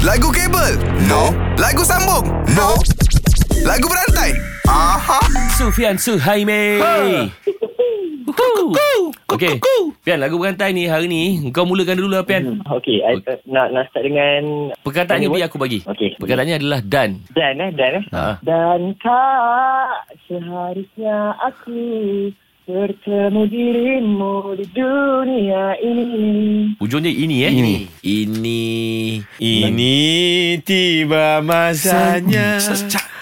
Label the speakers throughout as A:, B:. A: Lagu kabel? No. Lagu sambung? No. Lagu berantai? Aha.
B: Sufian Suhaimi. Kuku. Okey. Pian, lagu berantai ni hari ni kau mulakan dulu lah Pian.
C: Okey, I Hmm, okay. nak nak start dengan
B: Perkataan ni biar aku bagi.
C: Okey.
B: Perkataannya adalah dan.
C: dan eh, dan eh.
B: Ha.
C: Dan tak seharusnya aku bertemu dirimu di dunia ini.
B: Ujungnya ini eh. Ini.
D: Ini Ini tiba masanya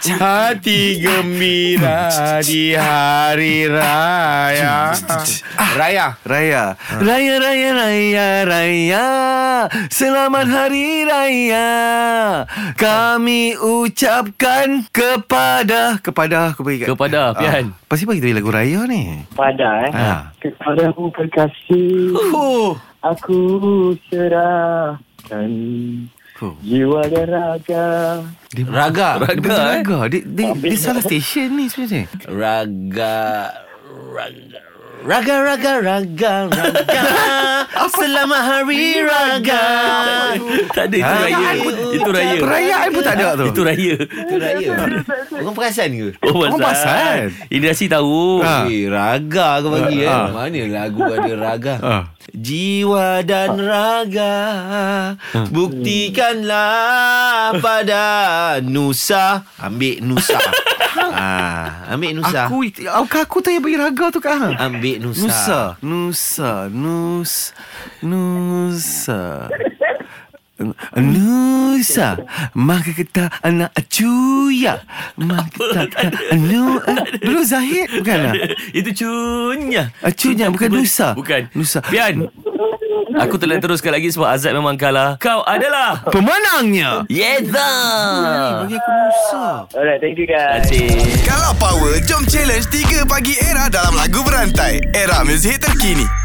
D: Hati gembira di hari raya Raya
A: Raya.
B: Ha.
D: Raya, raya, raya, raya Selamat
B: Hmm.
D: Hari Raya Kami ucapkan kepada Kepada aku bagi kat
B: Kepada Pian.
D: Ah, Pasti bagi tadi lagu Raya ni
C: Pada eh.
D: Ha.
C: Kepadamu kekasih.
D: Oh
C: Aku serahkan
D: Oh.
C: jiwa dan raga.
D: dia Raga Raga, dia,
B: Raga, eh.
D: raga. Dia, dia, dia salah stesen ni sebenarnya
E: Raga Raga Raga Raga Raga Selama hari Raga
B: tak ada itu
D: Ah.
B: Ha? raya. Itu raya. Ha?
D: Perayaan pun tak ada tu
B: Itu raya.
E: Itu raya Orang perasan ke?
B: Oh,
D: Orang
B: pasal. Ini Rasi tahu.
D: Ha.
E: Eh, raga aku bagi eh.
D: Ah.
E: Mana lagu ada raga?
D: Ah.
E: Jiwa dan raga
D: Ah.
E: Buktikanlah pada Nusa Ambil Nusa ah, Ambil Nusa
D: Aku aku, aku tak payah bagi raga tu kat hang.
E: Ambil Nusa
D: Nusa, Nusa, Nus, Nusa. Nusa Maka kita anak cuya Maka kita anu, Dulu Zahid bukan lah
B: Itu cunya.
D: Ah, Cunya bukan Nusa
B: Bukan.
D: Nusa
B: Pian. Aku telah teruskan lagi sebab Azad memang kalah. Kau adalah
D: Pemenangnya
B: Yeza.
D: Bagi aku Nusa
C: Alright, thank you guys.
B: Asyik.
A: Kalau power, jom challenge 3 pagi era dalam lagu berantai. Era muzik terkini.